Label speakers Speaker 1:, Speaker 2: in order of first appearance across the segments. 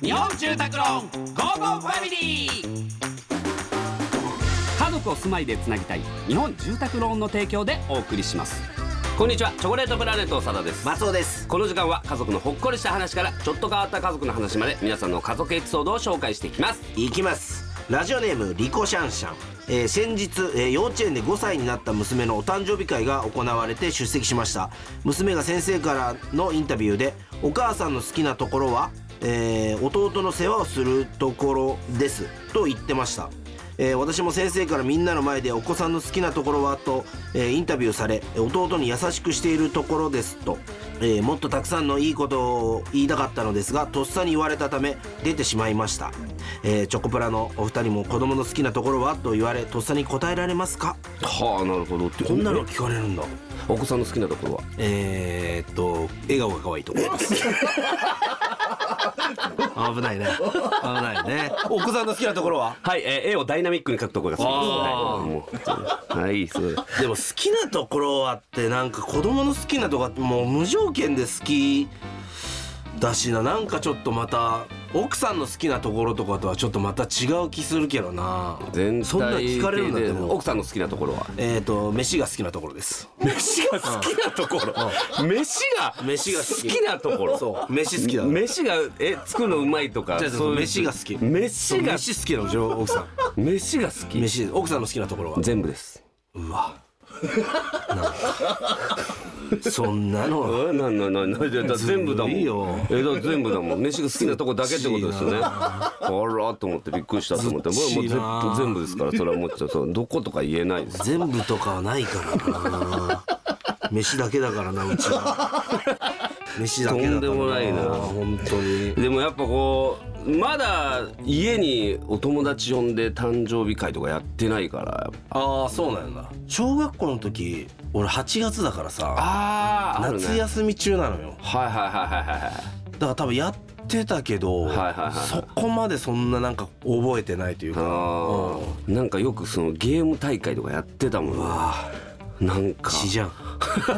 Speaker 1: 日本住宅ローンゴーゴーファミリー家族を住まいでつなぎたい日本住宅ローンの提供でお送りしますこんにちはチョコレートプラネット長田です
Speaker 2: 松尾です
Speaker 1: この時間は家族のほっこりした話からちょっと変わった家族の話まで皆さんの家族エピソードを紹介していきます
Speaker 2: いきますラジオネームリコシャンシャン、えー先日、えー幼稚園で5歳になった娘のお誕生日会が行われて出席しました娘が先生からのインタビューで「お母さんの好きなところは、えー弟の世話をするところです」と言ってましたえー私も先生からみんなの前で「お子さんの好きなところは?」と、えーインタビューされ弟に優しくしているところですと、えーもっとたくさんのいいことを言いたかったのですがとっさに言われたため出てしまいました、えーチョコプラのお二人も子供の好きなところはと言われとっさに答えられますか
Speaker 1: はあなるほどって
Speaker 2: こんなの聞かれるんだ
Speaker 1: お子さんの好きなところは
Speaker 2: えー、っと笑顔が可愛いと思います危ないね危ない ねお子さんの好きなところは
Speaker 1: はい、えー、絵をダイナミックに描くところが好きですはいもうはいそうです
Speaker 2: でも好きなところはってなんか子供の好きなとこってもう無条件で好きだしななんかちょっとまた奥さんの好きなところとかとはちょっとまた違う気するけどな
Speaker 1: 全体
Speaker 2: そんなん聞かれるんだでも
Speaker 1: 奥さんの好きなところは
Speaker 2: えっ、ー、と飯が好きなところ です
Speaker 1: 飯が好きなところ飯が
Speaker 2: 飯が好き
Speaker 1: 好きなところ
Speaker 2: そう飯好きだな
Speaker 1: 飯がえ作るのうまいとか
Speaker 2: じゃあ
Speaker 1: そういう
Speaker 2: 飯が好き
Speaker 1: 飯が
Speaker 2: 飯好きなのうちの奥さん
Speaker 1: 飯が好き
Speaker 2: 飯奥さんの好きなところは
Speaker 1: 全部です
Speaker 2: うわ なんかそんなのは
Speaker 1: えななななじゃあだ全部だもん
Speaker 2: ずるいよ
Speaker 1: えだ全部だもん飯が好きなとこだけってことですよねあらと思ってびっくりしたと思ってもうもう
Speaker 2: ずっちいな
Speaker 1: 全部全部ですからそれはもうちょっとどことか言えないです
Speaker 2: 全部とかはないからな飯だけだからなうちは飯だけだから
Speaker 1: とんでもないな
Speaker 2: 本当に
Speaker 1: でもやっぱこうまだ家にお友達呼んで誕生日会とかやってないから
Speaker 2: ああそうなんだ小学校の時俺8月だからさ
Speaker 1: ああるね
Speaker 2: 夏休み中なのよ
Speaker 1: はいはいはいはいはい
Speaker 2: だから多分やってたけど、
Speaker 1: はいはいはい
Speaker 2: そこまでそんななんか覚えてないというか
Speaker 1: あーなんかよくそのゲーム大会とかやってたもんな
Speaker 2: あ
Speaker 1: なんか
Speaker 2: 血じゃん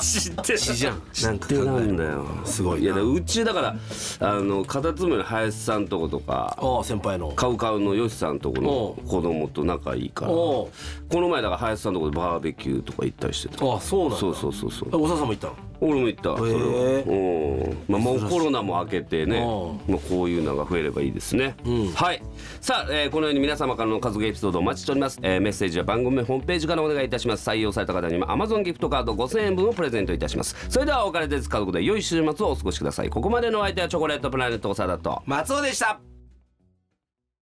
Speaker 1: 知って
Speaker 2: 血じゃんなんか
Speaker 1: ってな
Speaker 2: 考え
Speaker 1: ん
Speaker 2: る
Speaker 1: だよ
Speaker 2: すごい
Speaker 1: や
Speaker 2: ない
Speaker 1: だからうちだからあのカタツムリの林さんとことか
Speaker 2: ああ先輩の
Speaker 1: カウカウのヨシさんとこ
Speaker 2: お
Speaker 1: の子供と仲いいから
Speaker 2: お
Speaker 1: こ
Speaker 2: う
Speaker 1: の前だから林さんとこでバーベキューとか行ったりしてた
Speaker 2: ああそうなんだ
Speaker 1: そうそうそうそう
Speaker 2: えおささんも行ったの
Speaker 1: 俺も行ったそれは
Speaker 2: へ
Speaker 1: うんまあもうコロナも明けてね
Speaker 2: う
Speaker 1: まあこういうのが増えればいいですね、
Speaker 2: うん
Speaker 1: はいさあ、えーこのように皆様からの家族エピソードをお待ちしております、えーメッセージは番組ホームページからお願いいたします採用された方には Amazon ギフトカード5000円分をプレゼントいたしますそれではお別れです家族で良い週末をお過ごしくださいここまでのお相手はチョコレートプラネット長田と
Speaker 2: 松尾でした